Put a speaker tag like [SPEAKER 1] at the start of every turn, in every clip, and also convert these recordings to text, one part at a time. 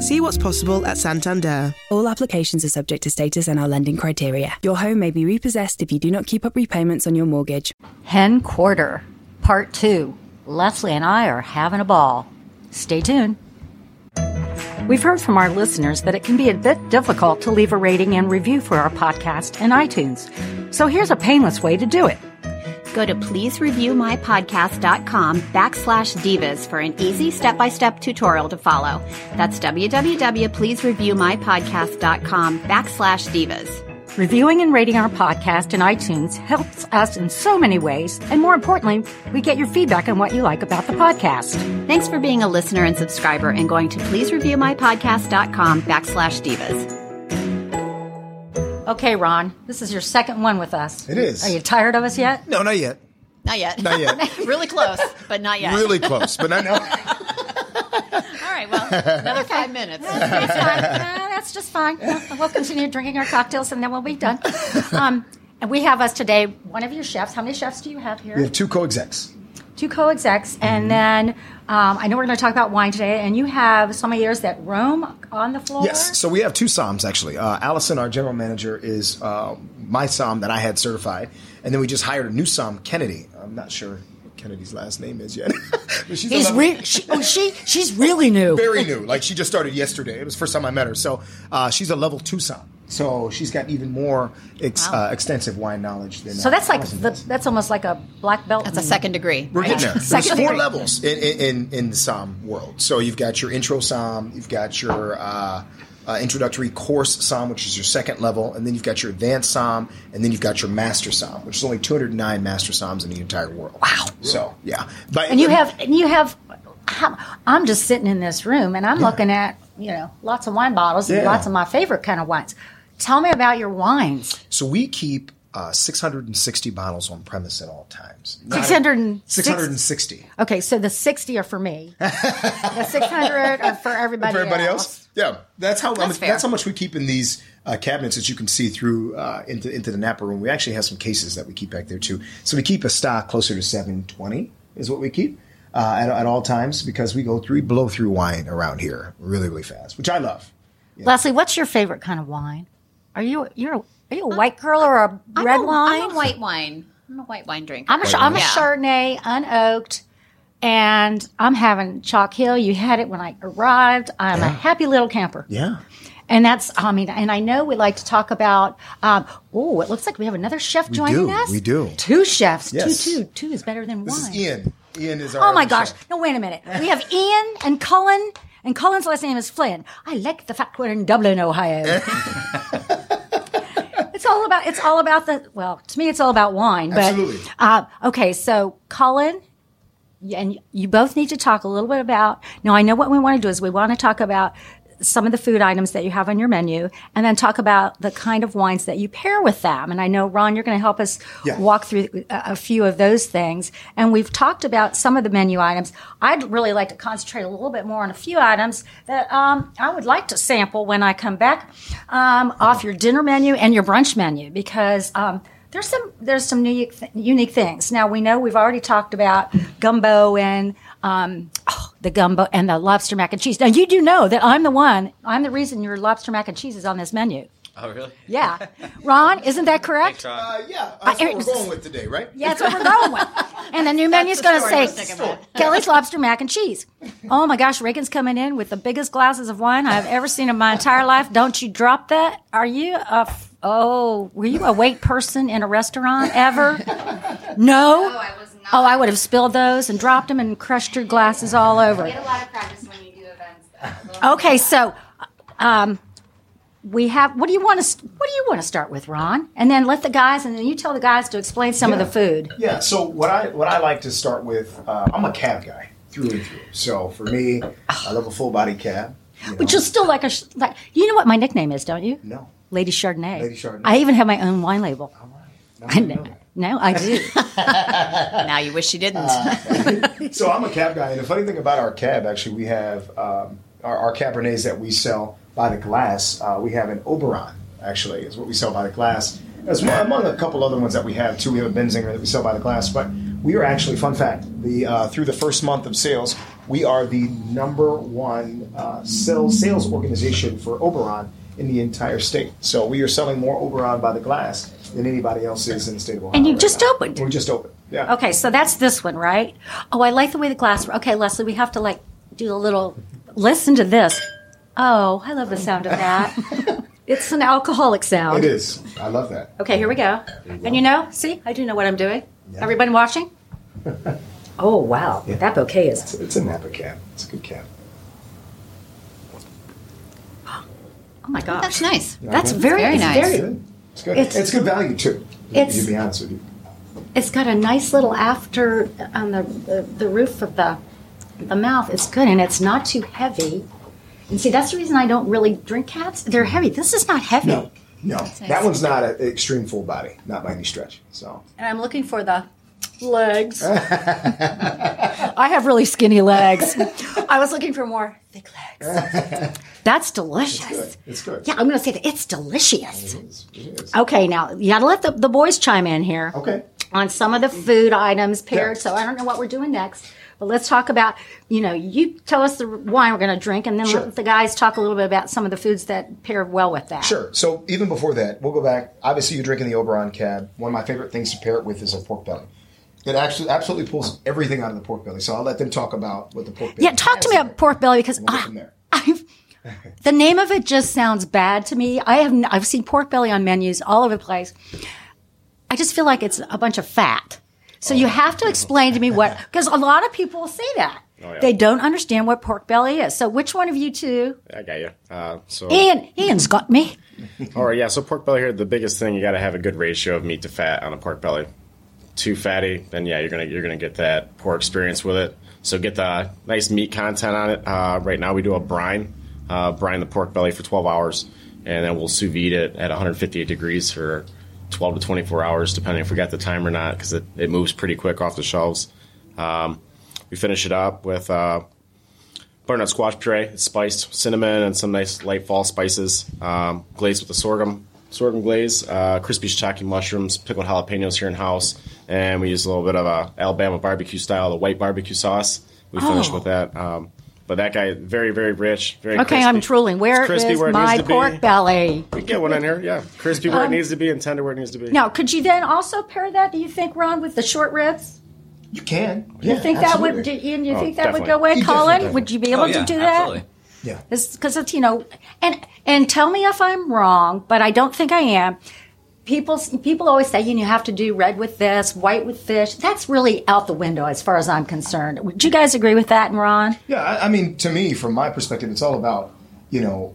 [SPEAKER 1] See what's possible at Santander.
[SPEAKER 2] All applications are subject to status and our lending criteria. Your home may be repossessed if you do not keep up repayments on your mortgage.
[SPEAKER 3] Hen Quarter, Part 2. Leslie and I are having a ball. Stay tuned. We've heard from our listeners that it can be a bit difficult to leave a rating and review for our podcast in iTunes. So here's a painless way to do it.
[SPEAKER 4] Go to pleasereviewmypodcast.com backslash divas for an easy step-by-step tutorial to follow. That's www.pleasereviewmypodcast.com backslash divas.
[SPEAKER 3] Reviewing and rating our podcast in iTunes helps us in so many ways, and more importantly, we get your feedback on what you like about the podcast.
[SPEAKER 4] Thanks for being a listener and subscriber and going to pleasereviewmypodcast.com backslash divas.
[SPEAKER 3] Okay, Ron, this is your second one with us.
[SPEAKER 5] It is.
[SPEAKER 3] Are you tired of us yet?
[SPEAKER 5] No, not yet.
[SPEAKER 6] Not yet.
[SPEAKER 5] Not yet.
[SPEAKER 6] really close, but not yet.
[SPEAKER 5] Really close, but I know.
[SPEAKER 6] All right, well, another five minutes.
[SPEAKER 3] That's fine. Uh, that's just fine. We'll we'll continue drinking our cocktails and then we'll be done. Um, and we have us today, one of your chefs. How many chefs do you have here?
[SPEAKER 5] We have two co-execs.
[SPEAKER 3] Two co execs.
[SPEAKER 5] Mm-hmm.
[SPEAKER 3] And then um, I know we're going to talk about wine today. And you have sommeliers that roam on the floor.
[SPEAKER 5] Yes. So we have two SOMs actually. Uh, Allison, our general manager, is uh, my SOM that I had certified, and then we just hired a new SOM, Kennedy. I'm not sure what Kennedy's last name is yet. But she's
[SPEAKER 3] He's
[SPEAKER 5] a-
[SPEAKER 3] re- she, oh, she, she's really new.
[SPEAKER 5] very new. Like she just started yesterday. It was the first time I met her. So uh, she's a level two SOM. So she's got even more ex- uh, extensive wine knowledge than.
[SPEAKER 3] So
[SPEAKER 5] uh,
[SPEAKER 3] that's like,
[SPEAKER 5] Allison
[SPEAKER 3] the,
[SPEAKER 5] does.
[SPEAKER 3] that's almost like a black belt. Mm-hmm.
[SPEAKER 6] That's a second degree.
[SPEAKER 5] We're getting there. There's
[SPEAKER 3] Second
[SPEAKER 5] four
[SPEAKER 3] degree.
[SPEAKER 5] levels in, in, in, in the psalm world. So you've got your intro psalm, you've got your uh, uh, introductory course psalm, which is your second level, and then you've got your advanced psalm, and then you've got your master psalm, which is only 209 master psalms in the entire world. Wow. So yeah, but
[SPEAKER 3] And you have, and you have, how- I'm just sitting in this room and I'm looking at, you know, lots of wine bottles and
[SPEAKER 5] Yeah.
[SPEAKER 3] lots of my favorite kind of wines. Tell me about your wines.
[SPEAKER 5] so we keep uh, 660 bottles on premise at all times.
[SPEAKER 3] 600 and
[SPEAKER 5] 660.
[SPEAKER 3] Okay, so the 60 are for me. the 600 are for everybody,
[SPEAKER 5] for everybody else. Yeah, that's how that's,
[SPEAKER 6] fair.
[SPEAKER 5] that's how much we keep in these uh, cabinets that you can see through uh, into into the Napa room. We actually have some cases that we keep back there too. So we keep a stock closer to seven twenty is what we keep. Uh, at, at all times because we go through we blow through wine around here really really fast which i love
[SPEAKER 3] Leslie, what's your favorite kind of wine? Are you you're are you a white girl or a red
[SPEAKER 6] Uh, I'm a,
[SPEAKER 3] wine?
[SPEAKER 6] I'm a white wine. I'm a white wine drinker.
[SPEAKER 3] I'm a, sh- I'm a
[SPEAKER 6] Yeah.
[SPEAKER 3] Chardonnay, unoaked, and I'm having Chalk Hill. You had it when I arrived. I'm a happy little camper.
[SPEAKER 5] yeah
[SPEAKER 3] And that's, I mean, and I know we like to talk about, um, oh, it looks like we have another chef joining
[SPEAKER 5] do,
[SPEAKER 3] us.
[SPEAKER 5] we do.
[SPEAKER 3] Two chefs.
[SPEAKER 5] Yes.
[SPEAKER 3] Two, two, two is better than
[SPEAKER 5] this
[SPEAKER 3] one.
[SPEAKER 5] is ian ian is our
[SPEAKER 3] Oh my
[SPEAKER 5] other
[SPEAKER 3] gosh.
[SPEAKER 5] chef.
[SPEAKER 3] No, wait a minute. We have Ian and Cullen, and Cullen's last name is Flynn. I like the fact we're in Dublin, Ohio. it's all about it's all about the well, to me it's all about wine. But
[SPEAKER 5] Absolutely.
[SPEAKER 3] uh, okay, so Cullen y- and you both need to talk a little bit about now I know what we want to do is we want to talk about some of the food items that you have on your menu and then talk about the kind of wines that you pair with them and i know ron you're going to help us
[SPEAKER 5] Yeah.
[SPEAKER 3] walk through uh, a, a few of those things and we've talked about some of the menu items i'd really like to concentrate a little bit more on a few items that um, i would like to sample when i come back um, off your dinner menu and your brunch menu because um, there's some there's some unique, th- unique things now we know we've already talked about gumbo and um, oh, the gumbo and the lobster mac and cheese. Now you do know that I'm the one. I'm the reason your lobster mac and cheese is on this menu.
[SPEAKER 7] Oh, really?
[SPEAKER 3] Yeah, Ron, isn't that correct?
[SPEAKER 5] uh, yeah that's
[SPEAKER 3] I-
[SPEAKER 5] what we're going with today right
[SPEAKER 3] Yeah, that's what we're going with. And the new menu's
[SPEAKER 6] the
[SPEAKER 3] going to
[SPEAKER 6] story we're sticking
[SPEAKER 3] say
[SPEAKER 6] with.
[SPEAKER 3] Kelly's lobster mac and cheese. Oh my gosh, Reagan's coming in with the biggest glasses of wine I've ever seen in my entire life. Don't you drop that? Are you a f- oh? Were you a wait person in a restaurant ever? No.
[SPEAKER 8] No, I was not.
[SPEAKER 3] Oh, I would have spilled those and dropped them and crushed your glasses all over.
[SPEAKER 8] get a lot of practice when you do events. Though.
[SPEAKER 3] Okay, so um, we have. What do you want to? What do you want to start with, Ron? And then let the guys, and then you tell the guys to explain some of the food.
[SPEAKER 5] Yeah. So what I what I like to start with, uh, I'm a cab guy through and through. So for me, I love a full body cab. you
[SPEAKER 3] Which
[SPEAKER 5] know.
[SPEAKER 3] is still like a sh- like. You know what my nickname is, don't you?
[SPEAKER 5] no.
[SPEAKER 3] Lady Chardonnay.
[SPEAKER 5] Lady Chardonnay.
[SPEAKER 3] I even have my own wine label.
[SPEAKER 5] No, no,
[SPEAKER 3] know.
[SPEAKER 5] no.
[SPEAKER 3] No, I do. Uh,
[SPEAKER 6] Now you wish you didn't.
[SPEAKER 5] So I'm a cab guy, and the funny thing about our cab, actually, we have um, our, our Cabernets that we sell by the glass. Uh, we have an Oberon, actually, is what we sell by the glass. As well, among a couple other ones that we have too, we have a Benzinger that we sell by the glass. But we are actually, fun fact, the uh, through the first month of sales, we are the number one uh, sales sales organization for Oberon in the entire state. So we are selling more Oberon by the glass than anybody else is in the state of Ohio.
[SPEAKER 3] And you
[SPEAKER 5] right
[SPEAKER 3] just
[SPEAKER 5] now.
[SPEAKER 3] opened.
[SPEAKER 5] We just opened. Yeah.
[SPEAKER 3] Okay, so that's this one, right? Oh, I like the way the glass. Okay, Leslie, we have to like do a little. Listen to this. Oh, I love the sound of that. it's an alcoholic sound.
[SPEAKER 5] It is. I love that.
[SPEAKER 3] Okay, here we go. And you know, see, I do know what I'm doing. Everyone watching? oh, wow. That bouquet is.
[SPEAKER 5] It's a Napa cab. It's a good cab.
[SPEAKER 3] Oh, my gosh.
[SPEAKER 4] That's nice.
[SPEAKER 3] That's very,
[SPEAKER 4] Very
[SPEAKER 3] it's
[SPEAKER 4] nice.
[SPEAKER 3] very-
[SPEAKER 5] It's good.
[SPEAKER 3] It's-
[SPEAKER 5] It's, good value too.
[SPEAKER 3] It's-
[SPEAKER 5] to be honest with you.
[SPEAKER 3] it's got a nice little after on the, the, the roof of the, the mouth. It's good and it's not too heavy. And see, that's the reason I don't really drink cats. They're heavy. This is not heavy.
[SPEAKER 5] No, no, that one's not an extreme full body, not by any stretch. So
[SPEAKER 3] And I'm looking for the legs. I have really skinny legs. I was looking for more thick legs. That's delicious.
[SPEAKER 5] it's good.
[SPEAKER 3] Yeah, I'm going to say that it's delicious.
[SPEAKER 5] It is. It is.
[SPEAKER 3] Okay, now you got to let the, the boys chime in here.
[SPEAKER 5] Okay.
[SPEAKER 3] on some of the food items paired.
[SPEAKER 5] Yeah.
[SPEAKER 3] So I don't know what we're doing next, but let's talk about you know you tell us the wine we're going to drink, and then
[SPEAKER 5] Sure.
[SPEAKER 3] let the guys talk a little bit about some of the foods that pair well with that.
[SPEAKER 5] Sure. So even before that, we'll go back. Obviously, you're drinking the Oberon cab. One of my favorite things to pair it with is a pork belly. It actually absolutely pulls everything out of the pork belly. So I'll let them talk about what the pork belly.
[SPEAKER 3] Yeah, talk to
[SPEAKER 5] has
[SPEAKER 3] me
[SPEAKER 5] in
[SPEAKER 3] about
[SPEAKER 5] it.
[SPEAKER 3] pork belly because
[SPEAKER 5] We'll go
[SPEAKER 3] I-
[SPEAKER 5] from there.
[SPEAKER 3] I've, the name of it just sounds bad to me. I have n- I've seen pork belly on menus all over the place. I just feel like it's a bunch of fat. So
[SPEAKER 9] Oh,
[SPEAKER 3] you have to explain to me what because a lot of people will say that.
[SPEAKER 9] Oh,
[SPEAKER 3] They don't understand what pork belly is. So which one of you two?
[SPEAKER 9] I got you. Uh, so,
[SPEAKER 3] Ian, Ian's got me.
[SPEAKER 9] all right, yeah. So pork belly here. The biggest thing you got to have a good ratio of meat to fat on a pork belly. Too fatty, then yeah, you're gonna you're gonna get that poor experience with it. So get the nice meat content on it. Uh, right now we do a brine, uh, brine the pork belly for 12 hours, and then we'll sous vide it at 158 degrees for 12 to 24 hours, depending if we got the time or not, because it, it moves pretty quick off the shelves. Um, we finish it up with uh, butternut squash puree. It's spiced cinnamon and some nice light fall spices. Um, glazed with the sorghum, sorghum glaze, uh, crispy shiitake mushrooms, pickled jalapenos here in house, and we use a little bit of a Alabama barbecue style, the white barbecue sauce. We finish with that. Um, but that guy, very very rich, very
[SPEAKER 3] Okay,
[SPEAKER 9] crispy.
[SPEAKER 3] I'm drooling.
[SPEAKER 9] It's
[SPEAKER 3] Where is
[SPEAKER 9] crispy where it
[SPEAKER 3] my
[SPEAKER 9] needs to be.
[SPEAKER 3] pork belly? Um,
[SPEAKER 9] We get one in here, yeah, crispy where it needs to be and tender where it needs to be.
[SPEAKER 3] Now, could you then also pair that? Do you think, Ron, with the short ribs?
[SPEAKER 5] You can.
[SPEAKER 3] You think that would? Do, Ian, you
[SPEAKER 9] Oh,
[SPEAKER 3] think that would go
[SPEAKER 9] definitely.
[SPEAKER 3] away?
[SPEAKER 5] You
[SPEAKER 3] Colin,
[SPEAKER 5] definitely-
[SPEAKER 3] would you be
[SPEAKER 10] Oh,
[SPEAKER 3] able to do that?
[SPEAKER 5] Yeah.
[SPEAKER 3] Because it's you know, and and tell me if I'm wrong, but I don't think I am. People people always say you, know, you have to do red with this, white with fish. That's really out the window as far as I'm concerned. Would you guys agree with that, and Ron?
[SPEAKER 5] Yeah, I, I mean, to me, from my perspective, it's all about you know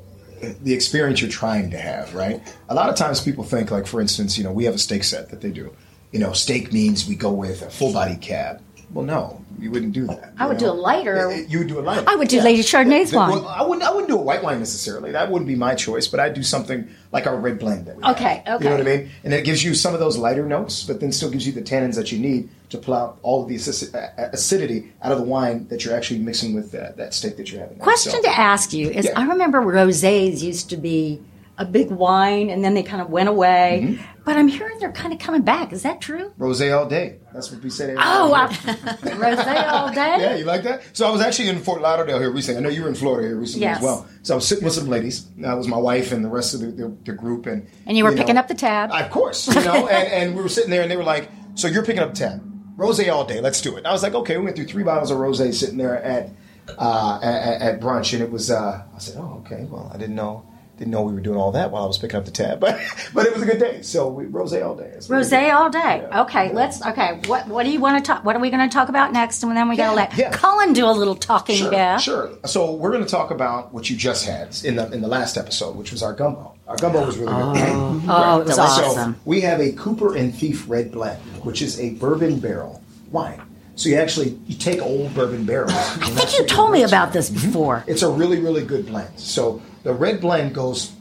[SPEAKER 5] the experience you're trying to have, right? A lot of times, people think, like for instance, you know, we have a steak set that they do. You know, steak means we go with a full body cab. Well, no, you wouldn't do that.
[SPEAKER 3] I
[SPEAKER 5] you
[SPEAKER 3] would do
[SPEAKER 5] know?
[SPEAKER 3] a lighter-
[SPEAKER 5] Yeah, You would do a lighter.
[SPEAKER 3] I would do Lady Chardonnay's
[SPEAKER 5] Yeah,
[SPEAKER 3] wine.
[SPEAKER 5] Well, I wouldn't. I wouldn't do a white wine necessarily. That wouldn't be my choice. But I'd do something like our red blend. That we have.
[SPEAKER 3] Okay,
[SPEAKER 5] You know what I
[SPEAKER 3] okay.
[SPEAKER 5] mean? And it gives you some of those lighter notes, but then still gives you the tannins that you need to pull out all of the acici- a- a- acidity out of the wine that you're actually mixing with that, that steak that you're having. there.
[SPEAKER 3] Question
[SPEAKER 5] So-
[SPEAKER 3] to ask you is:
[SPEAKER 5] Yeah.
[SPEAKER 3] I remember rosés used to be a big wine, and then they kind of went away.
[SPEAKER 5] Mm-hmm.
[SPEAKER 3] But I'm hearing they're kind of coming back. Is that true?
[SPEAKER 5] Rosé all day. That's what we said. every
[SPEAKER 3] Oh,
[SPEAKER 5] day.
[SPEAKER 3] I, rosé all day.
[SPEAKER 5] Yeah, you like that? So I was actually in Fort Lauderdale here recently. I know you were in Florida here recently
[SPEAKER 3] Yes.
[SPEAKER 5] as well. So I was sitting with some ladies. That was my wife and the rest of the, the, the group. And
[SPEAKER 3] And you were picking up the tab.
[SPEAKER 5] Of course. You know, and, and we were sitting there and they were like, so you're picking up the tab. Rosé all day. Let's do it. I was like, okay, we went through three bottles of rosé sitting there at, uh, at, at brunch. And it was, uh, I said, oh, okay. Well, I didn't know. Didn't know we were doing all that while I was picking up the tab, but but it was a good day. So we rosé all day. That's what we did.
[SPEAKER 3] Rosé all day.
[SPEAKER 5] Yeah.
[SPEAKER 3] Okay, let's. Okay, what what do you want to talk? What are we going to talk about next? And then we got to
[SPEAKER 5] Yeah,
[SPEAKER 3] let
[SPEAKER 5] yeah.
[SPEAKER 3] Cullen do a little talking.
[SPEAKER 5] Sure,
[SPEAKER 3] yeah.
[SPEAKER 5] sure. So we're going to talk about what you just had in the in the last episode, which was our gumbo. Our gumbo was really good. Oh,
[SPEAKER 3] it was awesome.
[SPEAKER 5] So we have a Cooper and Thief Red Blend, which is a bourbon barrel wine. So you actually you take old bourbon barrels. I
[SPEAKER 3] I
[SPEAKER 5] Mm-hmm.
[SPEAKER 3] think you told me about this before.
[SPEAKER 5] It's a really really good blend. So the red blend goes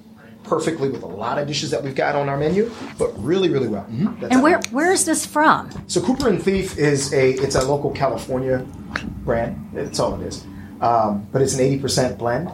[SPEAKER 5] perfectly with a lot of dishes that we've got on our menu, but really, really well. Mhm, that's
[SPEAKER 3] And
[SPEAKER 5] it.
[SPEAKER 3] where where is this from?
[SPEAKER 5] So Cooper and Thief is a it's a local California brand. That's all it is. Um, but it's an eighty percent blend.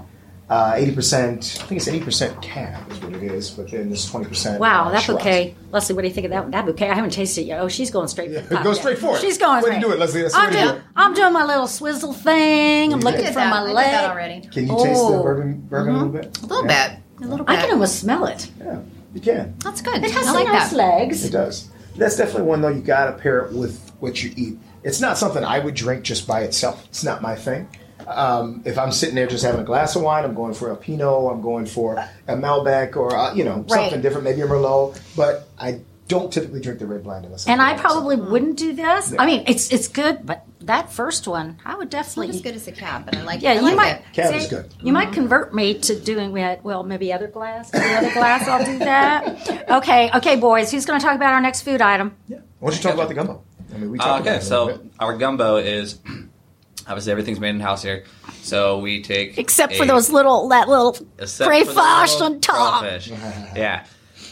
[SPEAKER 5] Uh, Eighty percent, I think it's eighty percent cab is what it is. But then there's twenty percent. uh,
[SPEAKER 3] Wow, that bouquet, Leslie. What do you think of that? That bouquet, I haven't tasted it yet. Oh, she's going straight. for the
[SPEAKER 5] Go
[SPEAKER 3] top.
[SPEAKER 5] straight for it.
[SPEAKER 3] She's going.
[SPEAKER 5] Way to
[SPEAKER 3] straight.
[SPEAKER 5] do it, Leslie. That's the
[SPEAKER 3] I'm
[SPEAKER 5] way to do
[SPEAKER 3] doing. I'm doing my little swizzle thing. I'm
[SPEAKER 5] You
[SPEAKER 3] looking
[SPEAKER 5] did
[SPEAKER 3] for
[SPEAKER 6] that.
[SPEAKER 3] my
[SPEAKER 6] I did
[SPEAKER 3] leg
[SPEAKER 6] that already.
[SPEAKER 5] Can you taste the
[SPEAKER 3] Oh.
[SPEAKER 5] bourbon, bourbon a little bit?
[SPEAKER 6] Mm-hmm. A little
[SPEAKER 5] Yeah.
[SPEAKER 6] bit. A little bit.
[SPEAKER 3] I can almost smell it.
[SPEAKER 5] Yeah, you can.
[SPEAKER 6] That's good.
[SPEAKER 3] It has
[SPEAKER 6] I
[SPEAKER 3] some
[SPEAKER 6] like
[SPEAKER 3] nice
[SPEAKER 6] that.
[SPEAKER 5] It
[SPEAKER 3] legs.
[SPEAKER 5] does. That's definitely one though. You got to pair it with what you eat. It's not something I would drink just by itself. It's not my thing. Um, if I'm sitting there just having a glass of wine, I'm going for a Pinot. I'm going for a Malbec or uh, you know something different, maybe a Merlot. But I don't typically drink the red blind unless. I'm
[SPEAKER 3] And I
[SPEAKER 5] doing it.
[SPEAKER 3] probably wouldn't do this. I mean, it's it's good, but that first one, I would definitely.
[SPEAKER 6] Not as good as the cab, but I like.
[SPEAKER 3] Yeah,
[SPEAKER 6] I
[SPEAKER 3] you
[SPEAKER 6] like
[SPEAKER 3] might.
[SPEAKER 5] Cab
[SPEAKER 3] see,
[SPEAKER 5] is good.
[SPEAKER 3] You might convert me to doing it. Well, maybe other glass. Maybe other glass. I'll do that. Okay, okay, boys. Who's going to talk about our next food item?
[SPEAKER 5] Why don't you talk about the gumbo? I mean, we talked about
[SPEAKER 10] Uh, okay,
[SPEAKER 5] it a little
[SPEAKER 10] so
[SPEAKER 5] bit.
[SPEAKER 10] our gumbo is obviously everything's made in house here. So we take
[SPEAKER 3] Except for
[SPEAKER 10] a-
[SPEAKER 3] those little that little
[SPEAKER 10] except
[SPEAKER 3] prey
[SPEAKER 10] for the little
[SPEAKER 3] on top.
[SPEAKER 10] crawfish. yeah.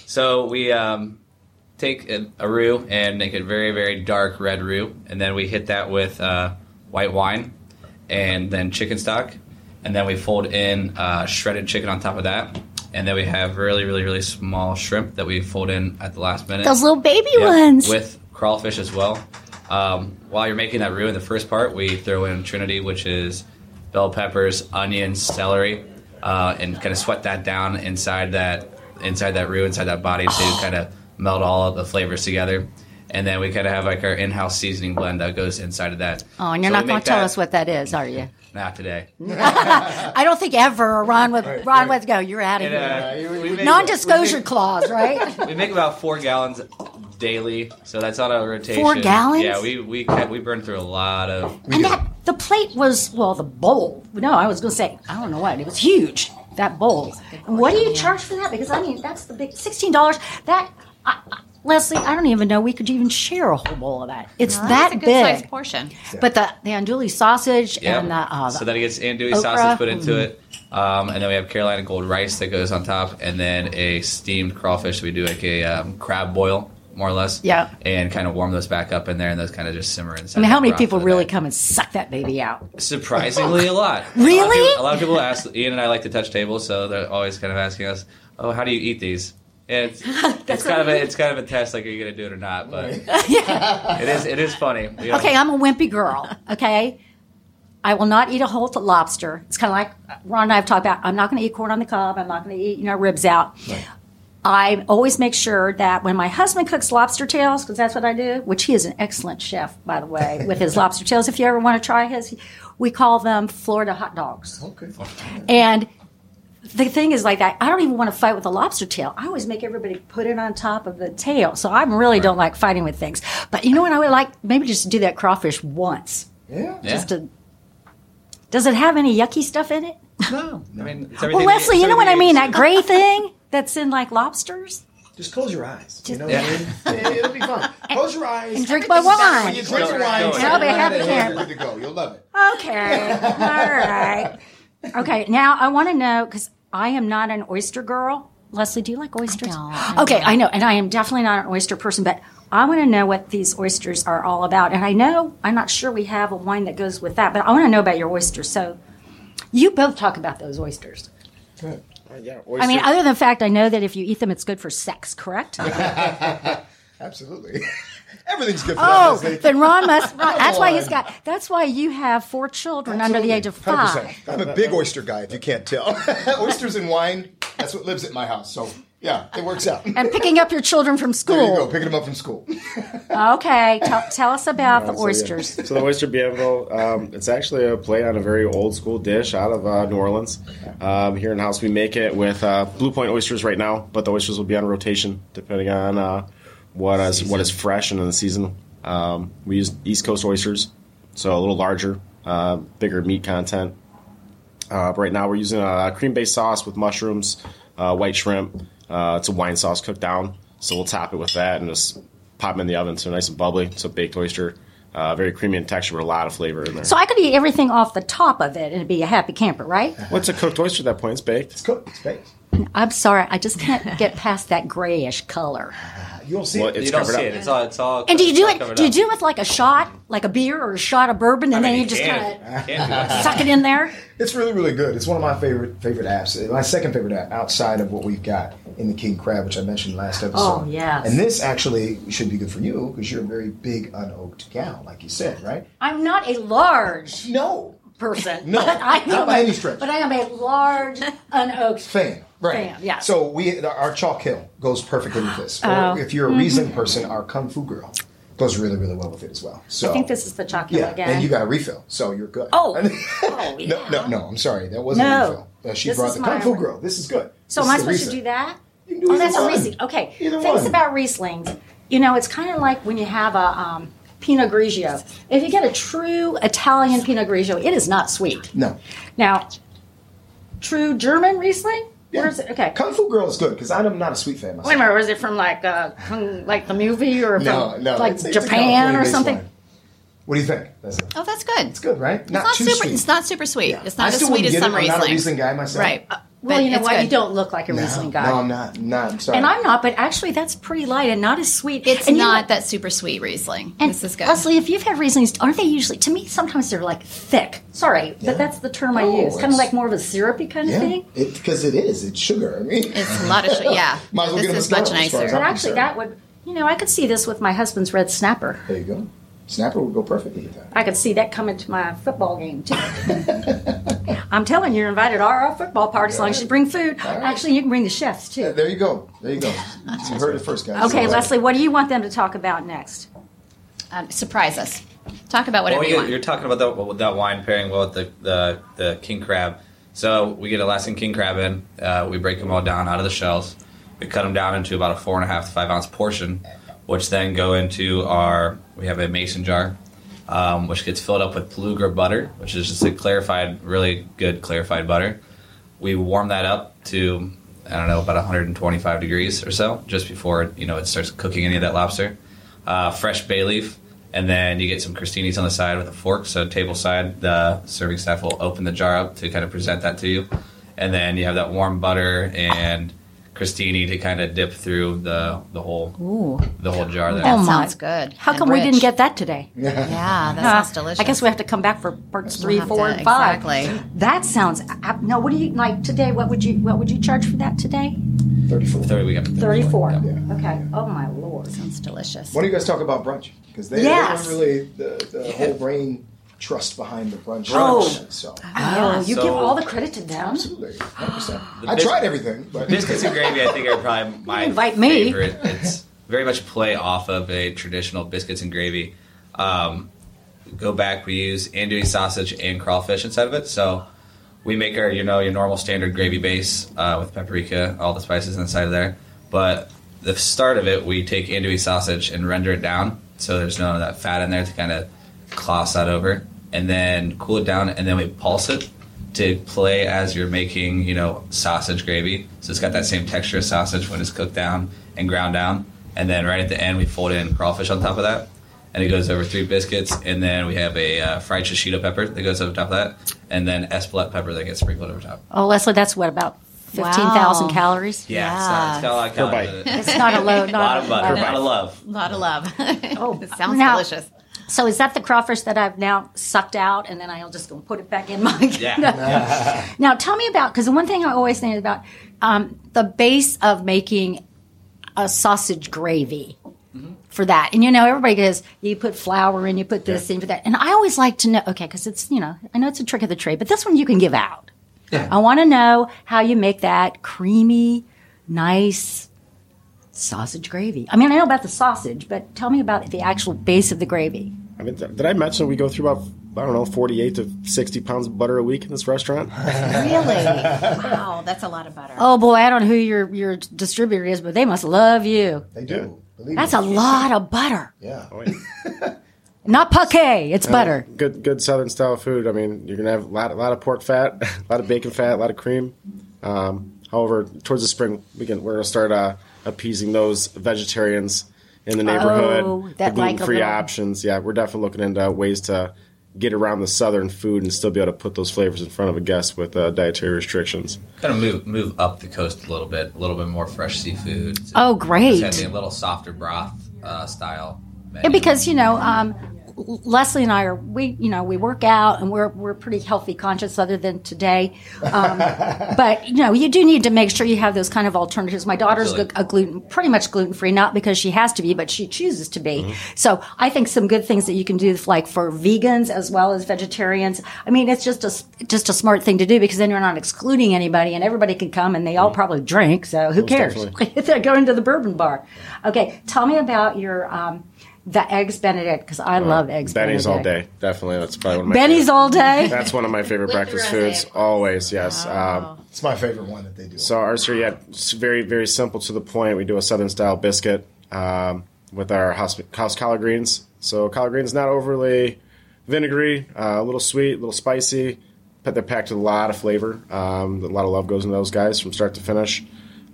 [SPEAKER 10] So we um, take a, a roux and make it very very dark red roux, and then we hit that with uh, white wine, and then chicken stock, and then we fold in uh, shredded chicken on top of that, and then we have really really really small shrimp that we fold in at the last minute.
[SPEAKER 3] Those little baby
[SPEAKER 10] Yeah,
[SPEAKER 3] ones.
[SPEAKER 10] with crawfish as well. Um, while you're making that roux in the first part, we throw in Trinity, which is bell peppers, onions, celery, uh, and kind of sweat that down inside that inside that roux, inside that body to kind of melt all of the flavors together. And then we kind of have like our in-house seasoning blend that goes inside of that.
[SPEAKER 6] Oh, and you're
[SPEAKER 10] So
[SPEAKER 6] not
[SPEAKER 10] we
[SPEAKER 6] going
[SPEAKER 10] make
[SPEAKER 6] to tell
[SPEAKER 10] that-
[SPEAKER 6] us what that is, are you?
[SPEAKER 10] Not today.
[SPEAKER 6] I don't think ever. Ron with Ron with go. You're out of
[SPEAKER 10] And,
[SPEAKER 6] here.
[SPEAKER 10] uh, we make-
[SPEAKER 6] Non-disclosure clause, right?
[SPEAKER 10] We make about four gallons daily, so that's on a rotation.
[SPEAKER 6] Four gallons?
[SPEAKER 10] Yeah, we we ca- we burn through a lot of.
[SPEAKER 3] And that the plate was well, the bowl. No, I was going to say I don't know what it was huge. That bowl. And what do you charge for that? Because I mean, that's the big sixteen dollars. That I, I- Leslie, I don't even know we could even share a whole bowl of that. It's
[SPEAKER 6] That's
[SPEAKER 3] that
[SPEAKER 6] a good
[SPEAKER 3] big.
[SPEAKER 6] sized portion.
[SPEAKER 3] But the the andouille sausage
[SPEAKER 10] Yeah.
[SPEAKER 3] and the, uh,
[SPEAKER 10] so then it gets andouille
[SPEAKER 3] okra.
[SPEAKER 10] sausage put into it, um, and then we have Carolina gold rice that goes on top, and then a steamed crawfish. We do like a um, crab boil, more or less.
[SPEAKER 3] Yeah.
[SPEAKER 10] And kind of warm those back up in there, and those kind of just simmer inside.
[SPEAKER 3] I mean, how
[SPEAKER 10] the
[SPEAKER 3] many
[SPEAKER 10] broth
[SPEAKER 3] people
[SPEAKER 10] for the
[SPEAKER 3] really
[SPEAKER 10] day.
[SPEAKER 3] come and suck that baby out?
[SPEAKER 10] Surprisingly, a lot.
[SPEAKER 3] Really?
[SPEAKER 10] A lot, of people, a lot of people ask. Ian and I like to touch tables, so they're always kind of asking us, "Oh, how do you eat these?" And It's, it's kind of a it's kind of a test, like are you going to do it or not? But it is it is funny. You know,
[SPEAKER 3] Okay, I'm a wimpy girl. Okay, I will not eat a whole lobster. It's kind of like uh, Ron and I have talked about. I'm not going to eat corn on the cob. I'm not going to eat you know ribs out. I always make sure that when my husband cooks lobster tails, because that's what I do, which he is an excellent chef, by the way, with his lobster tails. If you ever want to try his, we call them Florida hot dogs.
[SPEAKER 5] Okay.
[SPEAKER 3] And the thing is like that. I don't even want to fight with a lobster tail. I always make everybody put it on top of the tail. So I really don't like fighting with things. But you know what I would like? Maybe just do that crawfish once.
[SPEAKER 5] Yeah.
[SPEAKER 10] Yeah.
[SPEAKER 3] Just to, does it have any yucky stuff in it?
[SPEAKER 10] No, I mean, it's
[SPEAKER 3] Well,
[SPEAKER 10] everything we-
[SPEAKER 3] Leslie, you know what I
[SPEAKER 10] everything we
[SPEAKER 3] mean?
[SPEAKER 10] eat.
[SPEAKER 3] That gray thing that's in like lobsters.
[SPEAKER 5] Just close your eyes. you
[SPEAKER 3] Just-
[SPEAKER 5] know what I mean? It'll be fun. Close your eyes. And
[SPEAKER 3] drink my
[SPEAKER 5] When you
[SPEAKER 3] wine.
[SPEAKER 5] drink the wine,
[SPEAKER 10] Don't.
[SPEAKER 5] sit
[SPEAKER 10] I'll be
[SPEAKER 5] around
[SPEAKER 3] happy
[SPEAKER 5] and
[SPEAKER 3] camper.
[SPEAKER 5] you're good to go. You'll love it.
[SPEAKER 3] Okay. All right. Okay. Now I want to know because I am not an oyster girl. Leslie, do you like oysters?
[SPEAKER 6] don't. I
[SPEAKER 3] okay, I know, and I am definitely not an oyster person, but I want to know what these oysters are all about. And I know I'm not sure we have a wine that goes with that, but I want to know about your oysters. So you both talk about those oysters.
[SPEAKER 5] Yeah,
[SPEAKER 3] I mean, other than the fact I know that if you eat them, it's good for sex, correct?
[SPEAKER 5] absolutely. Everything's good for
[SPEAKER 3] Oh,
[SPEAKER 5] that. Leslie.
[SPEAKER 3] then Ron must. Ron, that's why he's got. That's why you have four children under the age of 5
[SPEAKER 5] 100%. I'm a big oyster guy, if you can't tell. Oysters and wine, that's what lives at my house. So, yeah, it works out.
[SPEAKER 3] and picking up your children from school.
[SPEAKER 5] There you go, picking them up from school.
[SPEAKER 3] Okay, tell, tell us about the
[SPEAKER 9] So, yeah.
[SPEAKER 3] oysters.
[SPEAKER 9] So, the oyster bienville, um, it's actually a play on a very old school dish out of uh, New Orleans. Um, here in house, we make it with uh, Blue Point oysters right now, but the oysters will be on rotation depending on uh, what is what is fresh and in the season. Um, we use East Coast oysters, so a little larger, uh, bigger meat content. Uh, right now, we're using a cream based sauce with mushrooms, uh, white shrimp. Uh, it's a wine sauce cooked down, so we'll top it with that and just pop them in the oven so nice and bubbly. It's a baked oyster, uh, very creamy in texture, with a lot of flavor in there.
[SPEAKER 3] So I could eat everything off the top of it and it'd be a happy camper, right?
[SPEAKER 9] What's a cooked oyster at that point? It's baked.
[SPEAKER 5] It's cooked, it's baked.
[SPEAKER 3] I'm sorry, I just can't get past that grayish color.
[SPEAKER 5] You'll
[SPEAKER 10] see it. you don't see it. It's all. It's all.
[SPEAKER 3] And do you
[SPEAKER 10] it's
[SPEAKER 3] do
[SPEAKER 10] all
[SPEAKER 3] it?
[SPEAKER 10] covered
[SPEAKER 3] Do you
[SPEAKER 10] up.
[SPEAKER 3] do it with like a shot, like a beer or a shot of bourbon, and
[SPEAKER 5] I mean,
[SPEAKER 3] then
[SPEAKER 5] you
[SPEAKER 3] you just
[SPEAKER 5] can.
[SPEAKER 3] kind of suck it in there?
[SPEAKER 5] It's really, really good. It's one of my favorite favorite apps. uh, My second favorite app outside of what we've got in the King Crab, which I mentioned last episode.
[SPEAKER 3] Oh, yes.
[SPEAKER 5] And this actually should be good for you because you're a very big unoaked gal, like you said, right?
[SPEAKER 3] I'm not a large
[SPEAKER 5] no
[SPEAKER 3] person.
[SPEAKER 5] No,
[SPEAKER 3] but I am
[SPEAKER 5] not by
[SPEAKER 3] a-
[SPEAKER 5] any stretch.
[SPEAKER 3] But I am a large unoaked
[SPEAKER 5] Fan, right?
[SPEAKER 3] Fan, yes.
[SPEAKER 5] So we our chalk hill goes perfectly with this. Or
[SPEAKER 3] Oh.
[SPEAKER 5] if you're a
[SPEAKER 3] Mhm.
[SPEAKER 5] reason person, our kung fu girl goes really, really well with it as well. So
[SPEAKER 3] I think this is the chocolate
[SPEAKER 5] yeah,
[SPEAKER 3] again.
[SPEAKER 5] and you got a refill, so you're good.
[SPEAKER 3] Oh,
[SPEAKER 5] No, no, no. I'm sorry, that wasn't
[SPEAKER 3] No.
[SPEAKER 5] a refill. Uh, she
[SPEAKER 3] This
[SPEAKER 5] brought
[SPEAKER 3] is
[SPEAKER 5] the
[SPEAKER 3] my
[SPEAKER 5] kung fu
[SPEAKER 3] re-
[SPEAKER 5] girl. This is good.
[SPEAKER 3] So am
[SPEAKER 5] This
[SPEAKER 3] I
[SPEAKER 5] is the
[SPEAKER 3] supposed
[SPEAKER 5] Riesling.
[SPEAKER 3] to do that?
[SPEAKER 5] do
[SPEAKER 3] oh, that's
[SPEAKER 5] either
[SPEAKER 3] a
[SPEAKER 5] one.
[SPEAKER 3] Riesling. Okay.
[SPEAKER 5] Either
[SPEAKER 3] Things
[SPEAKER 5] one.
[SPEAKER 3] about Rieslings. You know, it's kind of like when you have a um, Pinot Grigio. If you get a true Italian Pinot Grigio, it is not sweet.
[SPEAKER 5] No.
[SPEAKER 3] Now, true German Riesling? Where is it? Okay.
[SPEAKER 5] Kung Fu Girl is good because I'm not a sweet fan myself.
[SPEAKER 3] Wait a minute, was it from like uh, from, like the movie or from
[SPEAKER 5] No, no,
[SPEAKER 3] like
[SPEAKER 5] it's- it's a
[SPEAKER 3] Japan or
[SPEAKER 5] California-based
[SPEAKER 3] something?
[SPEAKER 5] wine. What do you think? That's it.
[SPEAKER 6] Oh, that's good. It's
[SPEAKER 5] good, right?
[SPEAKER 6] It's
[SPEAKER 5] Not
[SPEAKER 6] not,
[SPEAKER 5] too
[SPEAKER 6] super.
[SPEAKER 5] sweet.
[SPEAKER 6] It's not super sweet. It's not
[SPEAKER 5] I
[SPEAKER 6] as
[SPEAKER 5] still
[SPEAKER 6] sweet
[SPEAKER 5] wouldn't
[SPEAKER 6] as
[SPEAKER 5] get it.
[SPEAKER 6] some
[SPEAKER 5] I'm
[SPEAKER 6] Riesling.
[SPEAKER 5] not a Riesling guy myself.
[SPEAKER 6] Right. Uh,
[SPEAKER 3] Well,
[SPEAKER 6] but
[SPEAKER 3] you know
[SPEAKER 6] it's
[SPEAKER 3] what?
[SPEAKER 6] good.
[SPEAKER 3] You don't look like a
[SPEAKER 5] No,
[SPEAKER 3] Riesling guy.
[SPEAKER 5] No, I'm not. Not. I'm sorry.
[SPEAKER 3] and I'm not, but actually, that's pretty light and not as sweet.
[SPEAKER 6] It's
[SPEAKER 3] And you know-
[SPEAKER 6] not that super sweet Riesling.
[SPEAKER 3] And
[SPEAKER 6] this is good.
[SPEAKER 3] Leslie, if you've had Rieslings, aren't they usually, to me, sometimes they're like thick. Sorry,
[SPEAKER 5] Yeah.
[SPEAKER 3] but that's the term I
[SPEAKER 5] No,
[SPEAKER 3] use. Kind
[SPEAKER 5] it's-
[SPEAKER 3] of like more of a syrupy kind of
[SPEAKER 5] Yeah,
[SPEAKER 3] thing.
[SPEAKER 5] because it is. It's sugar. I mean,
[SPEAKER 6] It's a lot of sugar. Yeah.
[SPEAKER 5] Might as well
[SPEAKER 6] this
[SPEAKER 5] get him a
[SPEAKER 6] is much
[SPEAKER 5] Starbucks as far
[SPEAKER 6] nicer.
[SPEAKER 5] as
[SPEAKER 3] But
[SPEAKER 5] I'm
[SPEAKER 3] actually, that would, you know, I could see this with my husband's red snapper.
[SPEAKER 5] there you go. Snapper would go perfectly with that.
[SPEAKER 3] I could see that coming to my football game, too. I'm telling you, you're invited to our football party as long as you bring food. Actually, you can bring the chefs, too.
[SPEAKER 5] There you go. There you go. You heard it first, guys.
[SPEAKER 3] Okay,
[SPEAKER 5] So,
[SPEAKER 3] Leslie, what do you want them to talk about next?
[SPEAKER 6] Um, surprise us. Talk about whatever
[SPEAKER 9] Oh,
[SPEAKER 10] well,
[SPEAKER 6] you
[SPEAKER 10] you
[SPEAKER 6] want.
[SPEAKER 10] are talking about that, that wine pairing well with the, the, the king crab. So we get Alaskan king crab in. Uh, we break them all down out of the shells. We cut them down into about a four and a half to five ounce portion, which then go into our. We have a mason jar, um, which gets filled up with Pelugra butter, which is just a clarified, really good clarified butter. We warm that up to I don't know about 125 degrees or so, just before you know it starts cooking any of that lobster. Uh, fresh bay leaf, and then you get some crostinis on the side with a fork. So table side, the serving staff will open the jar up to kind of present that to you, and then you have that warm butter and crostini to kind of dip through the the whole
[SPEAKER 6] Ooh.
[SPEAKER 10] the whole jar there.
[SPEAKER 6] That sounds good.
[SPEAKER 3] Oh, How
[SPEAKER 6] and
[SPEAKER 3] come we
[SPEAKER 6] rich.
[SPEAKER 3] didn't get that today?
[SPEAKER 6] Yeah, that
[SPEAKER 3] Huh.
[SPEAKER 6] sounds delicious.
[SPEAKER 3] Uh, I guess we have to come back for parts
[SPEAKER 6] We'll
[SPEAKER 3] three,
[SPEAKER 6] have
[SPEAKER 3] four,
[SPEAKER 6] to-
[SPEAKER 3] and five.
[SPEAKER 6] exactly.
[SPEAKER 3] That sounds. ab- No, what do you like today? What would you What would you charge for that today?
[SPEAKER 5] 34.
[SPEAKER 10] Thirty we got
[SPEAKER 3] Thirty four. Okay. Oh my lord.
[SPEAKER 6] Sounds delicious.
[SPEAKER 5] Why don't you guys talk about brunch? Because they,
[SPEAKER 3] Yes.
[SPEAKER 5] they don't really the, the whole brain trust behind the brunch.
[SPEAKER 10] Brunch.
[SPEAKER 5] notion, So
[SPEAKER 3] Oh, you
[SPEAKER 10] So-
[SPEAKER 3] give all the credit to them.
[SPEAKER 5] absolutely, 100%.
[SPEAKER 10] The
[SPEAKER 5] I
[SPEAKER 10] bis-
[SPEAKER 5] tried everything, but
[SPEAKER 10] Biscuits and gravy, I think, are probably my
[SPEAKER 3] invite me.
[SPEAKER 10] favorite. It's very much play off of a traditional biscuits and gravy. Um, go back, we use andouille sausage and crawfish inside of it. So we make our, you know, your normal standard gravy base uh, with paprika, all the spices inside of there. But the start of it, we take andouille sausage and render it down, so there's none of that fat in there to kind of gloss that over, and then cool it down, and then we pulse it to play as you're making, you know, sausage gravy. So it's got that same texture of sausage when it's cooked down and ground down, and then right at the end we fold in crawfish on top of that, and it goes over three biscuits, and then we have a uh, fried shishito pepper that goes over top of that, and then espelette pepper that gets sprinkled over top.
[SPEAKER 3] Oh, Leslie, that's what about fifteen thousand
[SPEAKER 6] Wow.
[SPEAKER 3] calories?
[SPEAKER 10] Yeah, it's, not, it's got a lot of calories. in it.
[SPEAKER 3] It's not a
[SPEAKER 10] A
[SPEAKER 3] low.
[SPEAKER 10] lot
[SPEAKER 3] Not
[SPEAKER 10] of
[SPEAKER 3] a,
[SPEAKER 10] butter, a
[SPEAKER 3] not
[SPEAKER 10] lot of love.
[SPEAKER 6] A lot of love.
[SPEAKER 3] Oh,
[SPEAKER 6] it sounds
[SPEAKER 3] now-
[SPEAKER 6] delicious.
[SPEAKER 3] a- So is that the crawfish that I've now sucked out, and then I'll just go put it back in my?
[SPEAKER 10] Yeah.
[SPEAKER 3] Now, tell me about because the one thing I always think about um, the base of making a sausage gravy for that, and you know everybody goes, you put flour in, you put this in, you put that, and I always like to know, okay, because it's you know I know it's a trick of the trade, but this one you can give out. I want to know how you make that creamy, nice sausage gravy. I mean, I know about the sausage, but tell me about the actual base of the gravy.
[SPEAKER 9] I mean, th- did I mention we go through about I don't know forty-eight to sixty pounds of butter a week in this restaurant?
[SPEAKER 3] Really?
[SPEAKER 6] Wow, that's a lot of butter.
[SPEAKER 3] oh boy, I don't know who your your distributor is, but they must love you.
[SPEAKER 5] they do. Believe
[SPEAKER 3] That's
[SPEAKER 5] me.
[SPEAKER 3] a lot of butter.
[SPEAKER 5] yeah.
[SPEAKER 9] Oh,
[SPEAKER 3] Not pate, it's butter.
[SPEAKER 9] Uh, good, good Southern style food. I mean, you're gonna have a lot, a lot of pork fat, a lot of bacon fat, a lot of cream. Um, however, towards the spring, we can we're gonna start uh, appeasing those vegetarians in the neighborhood.
[SPEAKER 3] Oh, that
[SPEAKER 9] the
[SPEAKER 3] like a
[SPEAKER 9] gluten free
[SPEAKER 3] little-
[SPEAKER 9] options. Yeah, we're definitely looking into ways to get around the southern food and still be able to put those flavors in front of a guest with uh, dietary restrictions.
[SPEAKER 10] Kind of move move up the coast a little bit, a little bit more fresh seafood.
[SPEAKER 3] Oh, great.
[SPEAKER 10] It's gonna be a little softer broth uh, style.
[SPEAKER 3] Yeah, because you know, um, L- Leslie and I are we you know we work out and we're we're pretty healthy conscious other than today, um, but you know you do need to make sure you have those kind of alternatives. My daughter's glu- a gluten pretty much gluten free, not because she has to be, but she chooses to be. So I think some good things that you can do like for vegans as well as vegetarians. I mean, it's just a s- just a smart thing to do because then you're not excluding anybody and everybody can come and they all probably drink. So who
[SPEAKER 11] Most
[SPEAKER 3] cares?
[SPEAKER 11] definitely.
[SPEAKER 3] They're going to the bourbon bar. Okay, tell me about your. Um, the eggs Benedict because I love eggs
[SPEAKER 9] Benny's
[SPEAKER 3] Benedict.
[SPEAKER 9] all day, definitely. That's probably one of my
[SPEAKER 3] Benny's
[SPEAKER 9] favorite-
[SPEAKER 3] all day?
[SPEAKER 9] That's one of my favorite breakfast foods. Always, yes. Um,
[SPEAKER 5] it's my favorite one that they do.
[SPEAKER 9] So ours are yeah, it's very very simple to the point. We do a southern style biscuit um, with our house, house collard greens. So collard greens not overly vinegary, uh, a little sweet, a little spicy, but they're packed with a lot of flavor. Um, a lot of love goes into those guys from start to finish.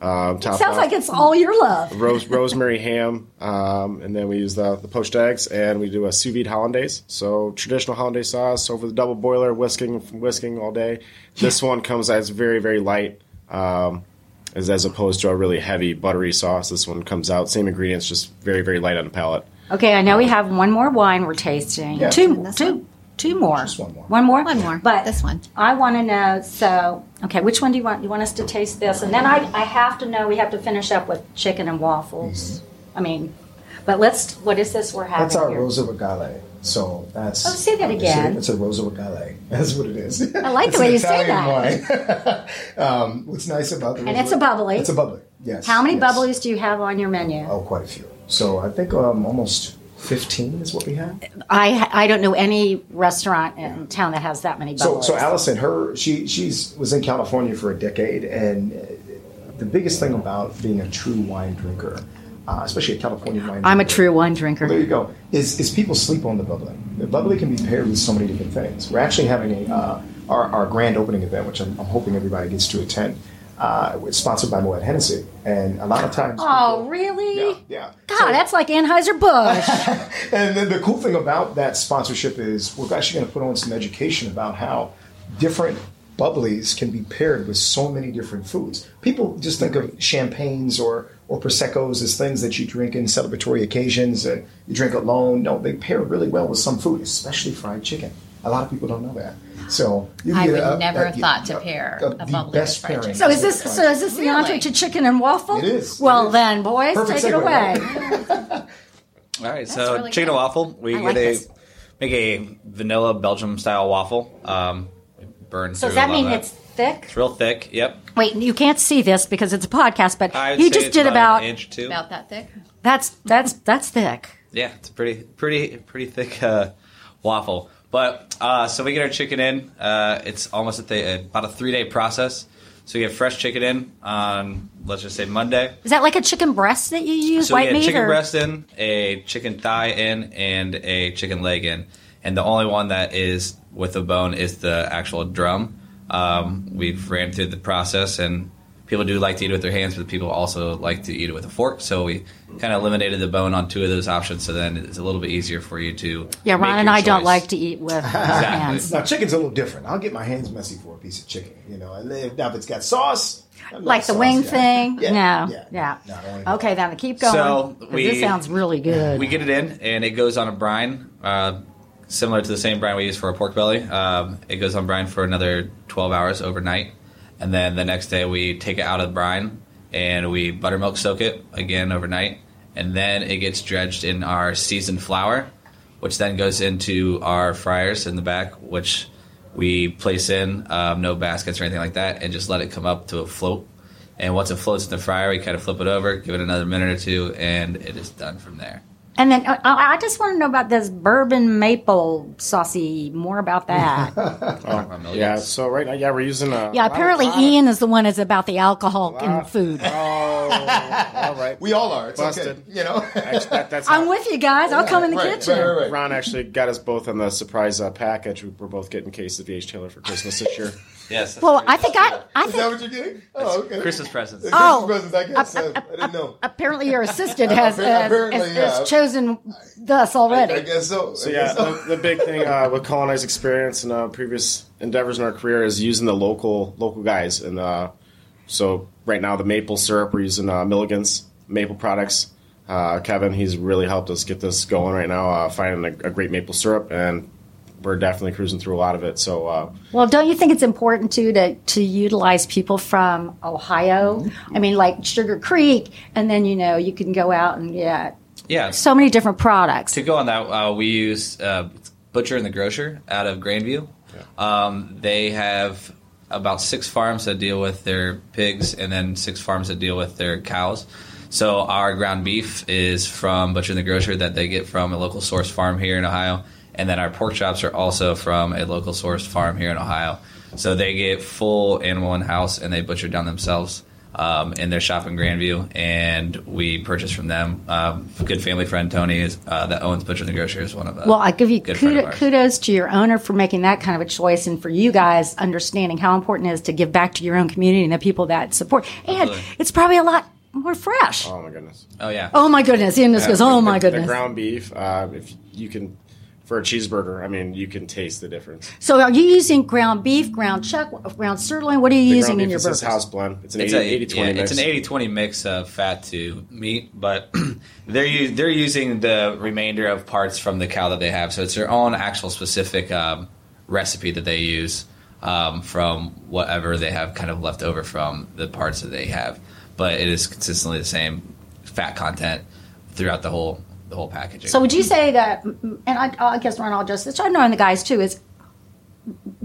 [SPEAKER 9] Um, top
[SPEAKER 3] Sounds
[SPEAKER 9] off-
[SPEAKER 3] like it's all your love.
[SPEAKER 9] Rose, rosemary ham, um, and then we use the, the poached eggs, and we do a sous vide hollandaise. So traditional hollandaise sauce over the double boiler, whisking whisking all day. This one comes as very very light, um, as as opposed to a really heavy buttery sauce. This one comes out same ingredients, just very very light on the palate. Um,
[SPEAKER 3] Okay, I know we have one more wine we're tasting.
[SPEAKER 9] Yeah.
[SPEAKER 3] Two, two, two more. Just one more. One more. One more. But this one. I want to know. So, okay, which one do you want? You want us to taste this, and then I, I have to know. We have to finish up with chicken and waffles. I mean, but let's. What is this we're having?
[SPEAKER 5] That's our
[SPEAKER 3] here?
[SPEAKER 5] Rosa Regale. So that's.
[SPEAKER 3] Oh, say that again.
[SPEAKER 5] It's a, it's a Rosa Regale. That's what it is.
[SPEAKER 3] I like the
[SPEAKER 5] It's
[SPEAKER 3] way
[SPEAKER 5] an
[SPEAKER 3] you say
[SPEAKER 5] Italian wine. um, what's nice about the
[SPEAKER 3] And
[SPEAKER 5] Rosa
[SPEAKER 3] it's a
[SPEAKER 5] Regale-
[SPEAKER 3] bubbly.
[SPEAKER 5] It's a bubbly. Yes.
[SPEAKER 3] How many
[SPEAKER 5] yes.
[SPEAKER 3] bubblies do you have on your menu?
[SPEAKER 5] Oh, quite a few. So I think um, almost fifteen is what we
[SPEAKER 3] Uh,
[SPEAKER 5] have.
[SPEAKER 3] I I don't know any restaurant in town that has that many
[SPEAKER 5] So,
[SPEAKER 3] bubblies.
[SPEAKER 5] so Allison, her she she's was in California for a decade, and uh, the biggest thing about being a true wine drinker, uh, especially a California wine.
[SPEAKER 3] I'm a
[SPEAKER 5] drinker,
[SPEAKER 3] true wine drinker.
[SPEAKER 5] There you go. Is is people sleep on the bubbly? The bubbly can be paired with so many different things. We're actually having a uh, our, our grand opening event, which I'm, I'm hoping everybody gets to attend. Uh, it's sponsored by Moet Hennessy, and a lot of times
[SPEAKER 3] Oh, really?
[SPEAKER 5] Yeah.
[SPEAKER 3] God, that's like Anheuser Busch.
[SPEAKER 5] and then the cool thing about that sponsorship is we're actually going to put on some education about how different bubblies can be paired with so many different foods. People just think of champagnes or or proseccos as things that you drink in celebratory occasions and you drink alone. No, they pair really well with some food, especially fried chicken. A lot of people don't know that. So you
[SPEAKER 6] I
[SPEAKER 5] get
[SPEAKER 6] would
[SPEAKER 5] a-
[SPEAKER 6] never
[SPEAKER 5] a-
[SPEAKER 6] have thought to pair
[SPEAKER 5] a-
[SPEAKER 6] a
[SPEAKER 5] uh, the
[SPEAKER 6] bubbly
[SPEAKER 5] best
[SPEAKER 6] with fried
[SPEAKER 5] pairing.
[SPEAKER 6] chicken.
[SPEAKER 3] so is this so is this the entree to chicken and waffle?
[SPEAKER 5] It is.
[SPEAKER 3] Well then, boys,
[SPEAKER 5] Perfect
[SPEAKER 3] take it
[SPEAKER 5] segue,
[SPEAKER 3] away.
[SPEAKER 10] All right, so
[SPEAKER 3] really
[SPEAKER 10] chicken
[SPEAKER 3] good.
[SPEAKER 10] and waffle. We
[SPEAKER 3] I
[SPEAKER 10] get
[SPEAKER 3] like
[SPEAKER 10] a
[SPEAKER 3] this.
[SPEAKER 10] make a vanilla Belgium style waffle. Um, it burns.
[SPEAKER 3] So does
[SPEAKER 10] through a
[SPEAKER 3] that
[SPEAKER 10] lot of
[SPEAKER 3] mean it's thick?
[SPEAKER 10] it's real thick? Yep.
[SPEAKER 3] Wait, you can't see this because it's a podcast, but
[SPEAKER 10] I'd
[SPEAKER 3] he
[SPEAKER 10] say
[SPEAKER 3] just
[SPEAKER 10] it's
[SPEAKER 3] did
[SPEAKER 10] about
[SPEAKER 3] about,
[SPEAKER 10] an inch or two.
[SPEAKER 6] About that thick.
[SPEAKER 3] that's that's that's thick.
[SPEAKER 10] Yeah, it's a pretty, pretty, pretty thick uh, waffle. But uh, so we get our chicken in. Uh, it's almost at the, about a three day process. So we get fresh chicken in on let's just say Monday.
[SPEAKER 3] Is that like a chicken breast that you use
[SPEAKER 10] so
[SPEAKER 3] white
[SPEAKER 10] we get
[SPEAKER 3] meat
[SPEAKER 10] chicken
[SPEAKER 3] or
[SPEAKER 10] breast in, a chicken thigh in, and a chicken leg in. And the only one that is with a bone is the actual drum. Um, we've ran through the process, and people do like to eat it with their hands, but people also like to eat it with a fork. So we kind of eliminated the bone on two of those options. So then it's a little bit easier for you to
[SPEAKER 3] Yeah,
[SPEAKER 10] make
[SPEAKER 3] Ron and
[SPEAKER 10] your
[SPEAKER 3] I don't
[SPEAKER 10] choice.
[SPEAKER 3] like to eat with hands.
[SPEAKER 5] Now chicken's a little different. I'll get my hands messy for a piece of chicken, you know. And if- Now if it's got sauce, I'm not
[SPEAKER 3] Like
[SPEAKER 5] a
[SPEAKER 3] the
[SPEAKER 5] sauce
[SPEAKER 3] wing
[SPEAKER 5] guy.
[SPEAKER 3] thing?
[SPEAKER 5] Yeah,
[SPEAKER 3] no.
[SPEAKER 5] yeah.
[SPEAKER 3] Yeah.
[SPEAKER 5] don't
[SPEAKER 3] okay, now keep going.
[SPEAKER 10] So
[SPEAKER 3] 'cause
[SPEAKER 10] we-
[SPEAKER 3] this sounds really good.
[SPEAKER 10] We get it in, and it goes on a brine, uh, similar to the same brine we use for a pork belly. Um, it goes on brine for another 12 hours overnight, and then the next day we take it out of the brine and we buttermilk soak it again overnight, and then it gets dredged in our seasoned flour, which then goes into our fryers in the back, which we place in um, no baskets or anything like that, and just let it come up to a float. And once it floats in the fryer, we kind of flip it over, give it another minute or two, and it is done from there.
[SPEAKER 3] And then uh, I I just want to know about this bourbon maple saucy. More about that.
[SPEAKER 9] yeah. So right now, yeah, we're using a
[SPEAKER 3] yeah,
[SPEAKER 9] lot of-
[SPEAKER 3] apparently
[SPEAKER 9] lot of-
[SPEAKER 3] Ian is the one that's about the alcohol in food.
[SPEAKER 9] all right.
[SPEAKER 5] We all are. It's
[SPEAKER 9] Busted.
[SPEAKER 5] You know,
[SPEAKER 9] that, that's
[SPEAKER 3] I'm with you guys. I'll come in the kitchen.
[SPEAKER 9] Ron actually got us both on the surprise uh, package. We- We're both getting cases of VH Taylor for Christmas this year.
[SPEAKER 10] yes.
[SPEAKER 3] Well, I think I, I think
[SPEAKER 5] what you're getting? Oh, okay.
[SPEAKER 10] Christmas presents.
[SPEAKER 3] Oh.
[SPEAKER 5] Christmas presents, I guess. I, I didn't know.
[SPEAKER 3] apparently your assistant has,
[SPEAKER 5] Apparently,
[SPEAKER 3] has, has,
[SPEAKER 5] yeah.
[SPEAKER 3] has chosen thus already.
[SPEAKER 5] I guess so.
[SPEAKER 9] So yeah, the, the big thing uh, with colonized experience and uh, previous endeavors in our career is using the local local guys. And uh, so right now, the maple syrup we're using uh, Milligan's maple products. Uh, Kevin, he's really helped us get this going right now, uh, finding a, a great maple syrup, and we're definitely cruising through a lot of it. So uh,
[SPEAKER 3] Well, don't you think it's important too to to utilize people from Ohio? I mean, like Sugar Creek, and then you know you can go out and yeah,
[SPEAKER 10] Yeah.
[SPEAKER 3] so many different products.
[SPEAKER 10] To go on that, uh, we use uh, Butcher and the Grocer out of Grandview. Um, they have about six farms that deal with their pigs, and then six farms that deal with their cows. So our ground beef is from Butcher and the Grocer that they get from a local source farm here in Ohio, and then our pork chops are also from a local source farm here in Ohio. So they get full animal in house and they butcher down themselves um, in their shop in Grandview, and we purchase from them. Um, good family friend Tony is uh, that owns Butcher and the Grocer is one of them.
[SPEAKER 3] well, I give you
[SPEAKER 10] uh, good friend of
[SPEAKER 3] kudos,
[SPEAKER 10] ours.
[SPEAKER 3] kudos to your owner for making that kind of a choice, and for you guys understanding how important it is to give back to your own community and the people that support. And
[SPEAKER 10] Absolutely.
[SPEAKER 3] it's probably a lot more fresh.
[SPEAKER 9] oh my goodness.
[SPEAKER 10] Oh yeah.
[SPEAKER 3] Oh my goodness! Ian just
[SPEAKER 9] Yeah,
[SPEAKER 3] goes,
[SPEAKER 9] the-
[SPEAKER 3] "Oh
[SPEAKER 9] the-
[SPEAKER 3] my
[SPEAKER 9] The
[SPEAKER 3] goodness!"
[SPEAKER 9] ground beef, uh, if you can, for a cheeseburger, I mean, you can taste the difference.
[SPEAKER 3] So, are you using ground beef, ground chuck, ground sirloin? What are you
[SPEAKER 9] The
[SPEAKER 3] using
[SPEAKER 9] ground
[SPEAKER 3] in
[SPEAKER 9] beef
[SPEAKER 3] your
[SPEAKER 9] is this
[SPEAKER 3] burgers?
[SPEAKER 9] house blend. It's an
[SPEAKER 10] It's
[SPEAKER 9] 80,
[SPEAKER 10] a-
[SPEAKER 9] 80-20
[SPEAKER 10] yeah,
[SPEAKER 9] mix.
[SPEAKER 10] It's an 80-20 mix of fat to meat, but they're u- they're using the remainder of parts from the cow that they have, so it's their own actual specific um, recipe that they use um, from whatever they have kind of left over from the parts that they have. But it is consistently the same fat content throughout the whole the whole packaging.
[SPEAKER 3] So would you say that, and I, I guess Ron, I'll just, which I know in the guys too, is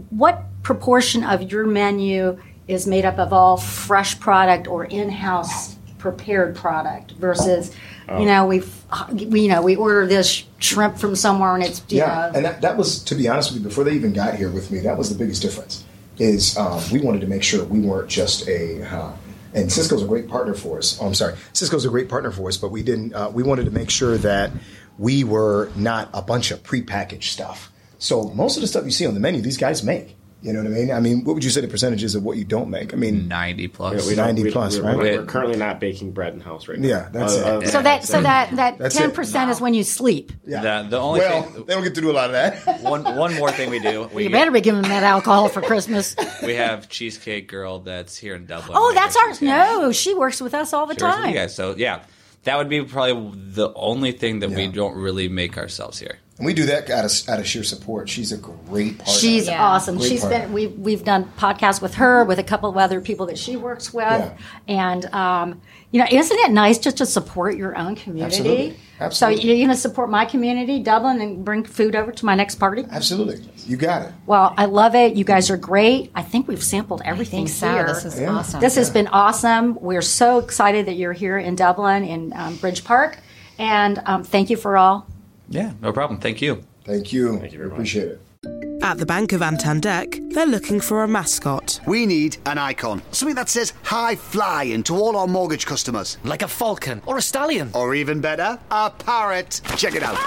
[SPEAKER 3] what proportion of your menu is made up of all fresh product or in-house prepared product versus, you know, we've, we, you know, we order this shrimp from somewhere and it's, you
[SPEAKER 5] yeah,
[SPEAKER 3] know,
[SPEAKER 5] and that, that was to be honest with you before they even got here with me that was the biggest difference is um, we wanted to make sure we weren't just a uh, and cisco's a great partner for us oh, i'm sorry cisco's a great partner for us but we didn't uh, we wanted to make sure that we were not a bunch of prepackaged stuff so most of the stuff you see on the menu these guys make you know what i mean i mean what would you say the percentages of what you don't make i mean
[SPEAKER 10] 90 plus.
[SPEAKER 5] we don't- 90 plus,
[SPEAKER 9] we're,
[SPEAKER 5] right?
[SPEAKER 9] We're, we're currently not baking bread in house right now.
[SPEAKER 5] Yeah, that's it.
[SPEAKER 3] so that, so that, that
[SPEAKER 5] That's it.
[SPEAKER 3] 10% is when you sleep.
[SPEAKER 10] The, the only
[SPEAKER 5] well
[SPEAKER 10] thing,
[SPEAKER 5] they don't get to do a lot of that
[SPEAKER 10] one one more thing we do we
[SPEAKER 3] You better be giving them that alcohol for Christmas.
[SPEAKER 10] we have cheesecake girl that's here in Dublin.
[SPEAKER 3] Oh, that's
[SPEAKER 10] ours.
[SPEAKER 3] ours. No, she works with us all the
[SPEAKER 10] Shares with
[SPEAKER 3] time.
[SPEAKER 10] you guys. So yeah, that would be probably the only thing that we don't really make ourselves here.
[SPEAKER 5] and we do that out of, out of sheer support she's a great partner
[SPEAKER 3] She's
[SPEAKER 6] Yeah.
[SPEAKER 3] awesome.
[SPEAKER 5] Great
[SPEAKER 3] She's
[SPEAKER 5] partner.
[SPEAKER 3] been we've we've done podcasts with her, with a couple of other people that she works with,
[SPEAKER 5] Yeah.
[SPEAKER 3] and um, you know, isn't it nice just to support your own community?
[SPEAKER 5] Absolutely. Absolutely.
[SPEAKER 3] So you're going to support my community, Dublin, and bring food over to my next party.
[SPEAKER 5] absolutely you got it
[SPEAKER 3] Well, I love it. You guys are great. I think we've sampled everything
[SPEAKER 6] think so.
[SPEAKER 3] here.
[SPEAKER 6] This is
[SPEAKER 5] Yeah.
[SPEAKER 6] awesome.
[SPEAKER 3] This has been awesome. We're so excited that you're here in Dublin in um, Bridge Park, and um, thank you for all.
[SPEAKER 10] Yeah, no problem. Thank you.
[SPEAKER 5] thank you thank you
[SPEAKER 9] very much.
[SPEAKER 5] appreciate it
[SPEAKER 1] At the Bank of Antandek, they're looking for a mascot.
[SPEAKER 12] We need an icon. Something that says high flying to all our mortgage customers.
[SPEAKER 7] Like a falcon or a stallion.
[SPEAKER 12] Or even better, a parrot. Check it out.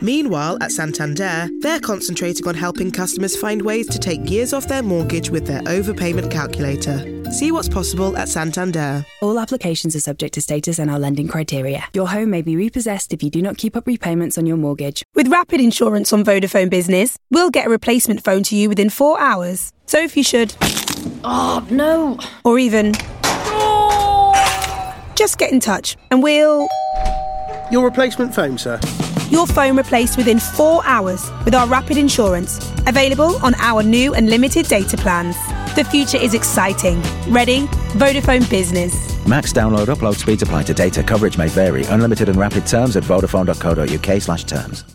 [SPEAKER 1] Meanwhile, at Santander, they're concentrating on helping customers find ways to take years off their mortgage with their overpayment calculator. See what's possible at Santander.
[SPEAKER 2] All applications are subject to status and our lending criteria. Your home may be repossessed if you do not keep up repayments on your mortgage.
[SPEAKER 11] With Rapid Insurance on Vodafone Business, we'll get a replacement phone to you within four hours. So if you should,
[SPEAKER 6] Oh, no.
[SPEAKER 11] or even, just get in touch and we'll.
[SPEAKER 13] Your replacement phone, sir.
[SPEAKER 11] Your phone replaced within four hours with our Rapid Insurance, available on our new and limited data plans. The future is exciting. Ready? Vodafone Business.
[SPEAKER 14] Max download upload speeds apply to data. Coverage may vary. Unlimited and rapid terms at vodafone.co.uk slash terms.